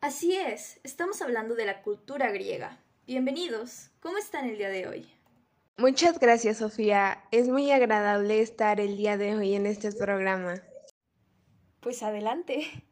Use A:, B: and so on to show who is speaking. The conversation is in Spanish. A: Así es, estamos hablando de la cultura griega. Bienvenidos, ¿cómo están el día de hoy?
B: Muchas gracias, Sofía. Es muy agradable estar el día de hoy en este programa.
A: Pues adelante.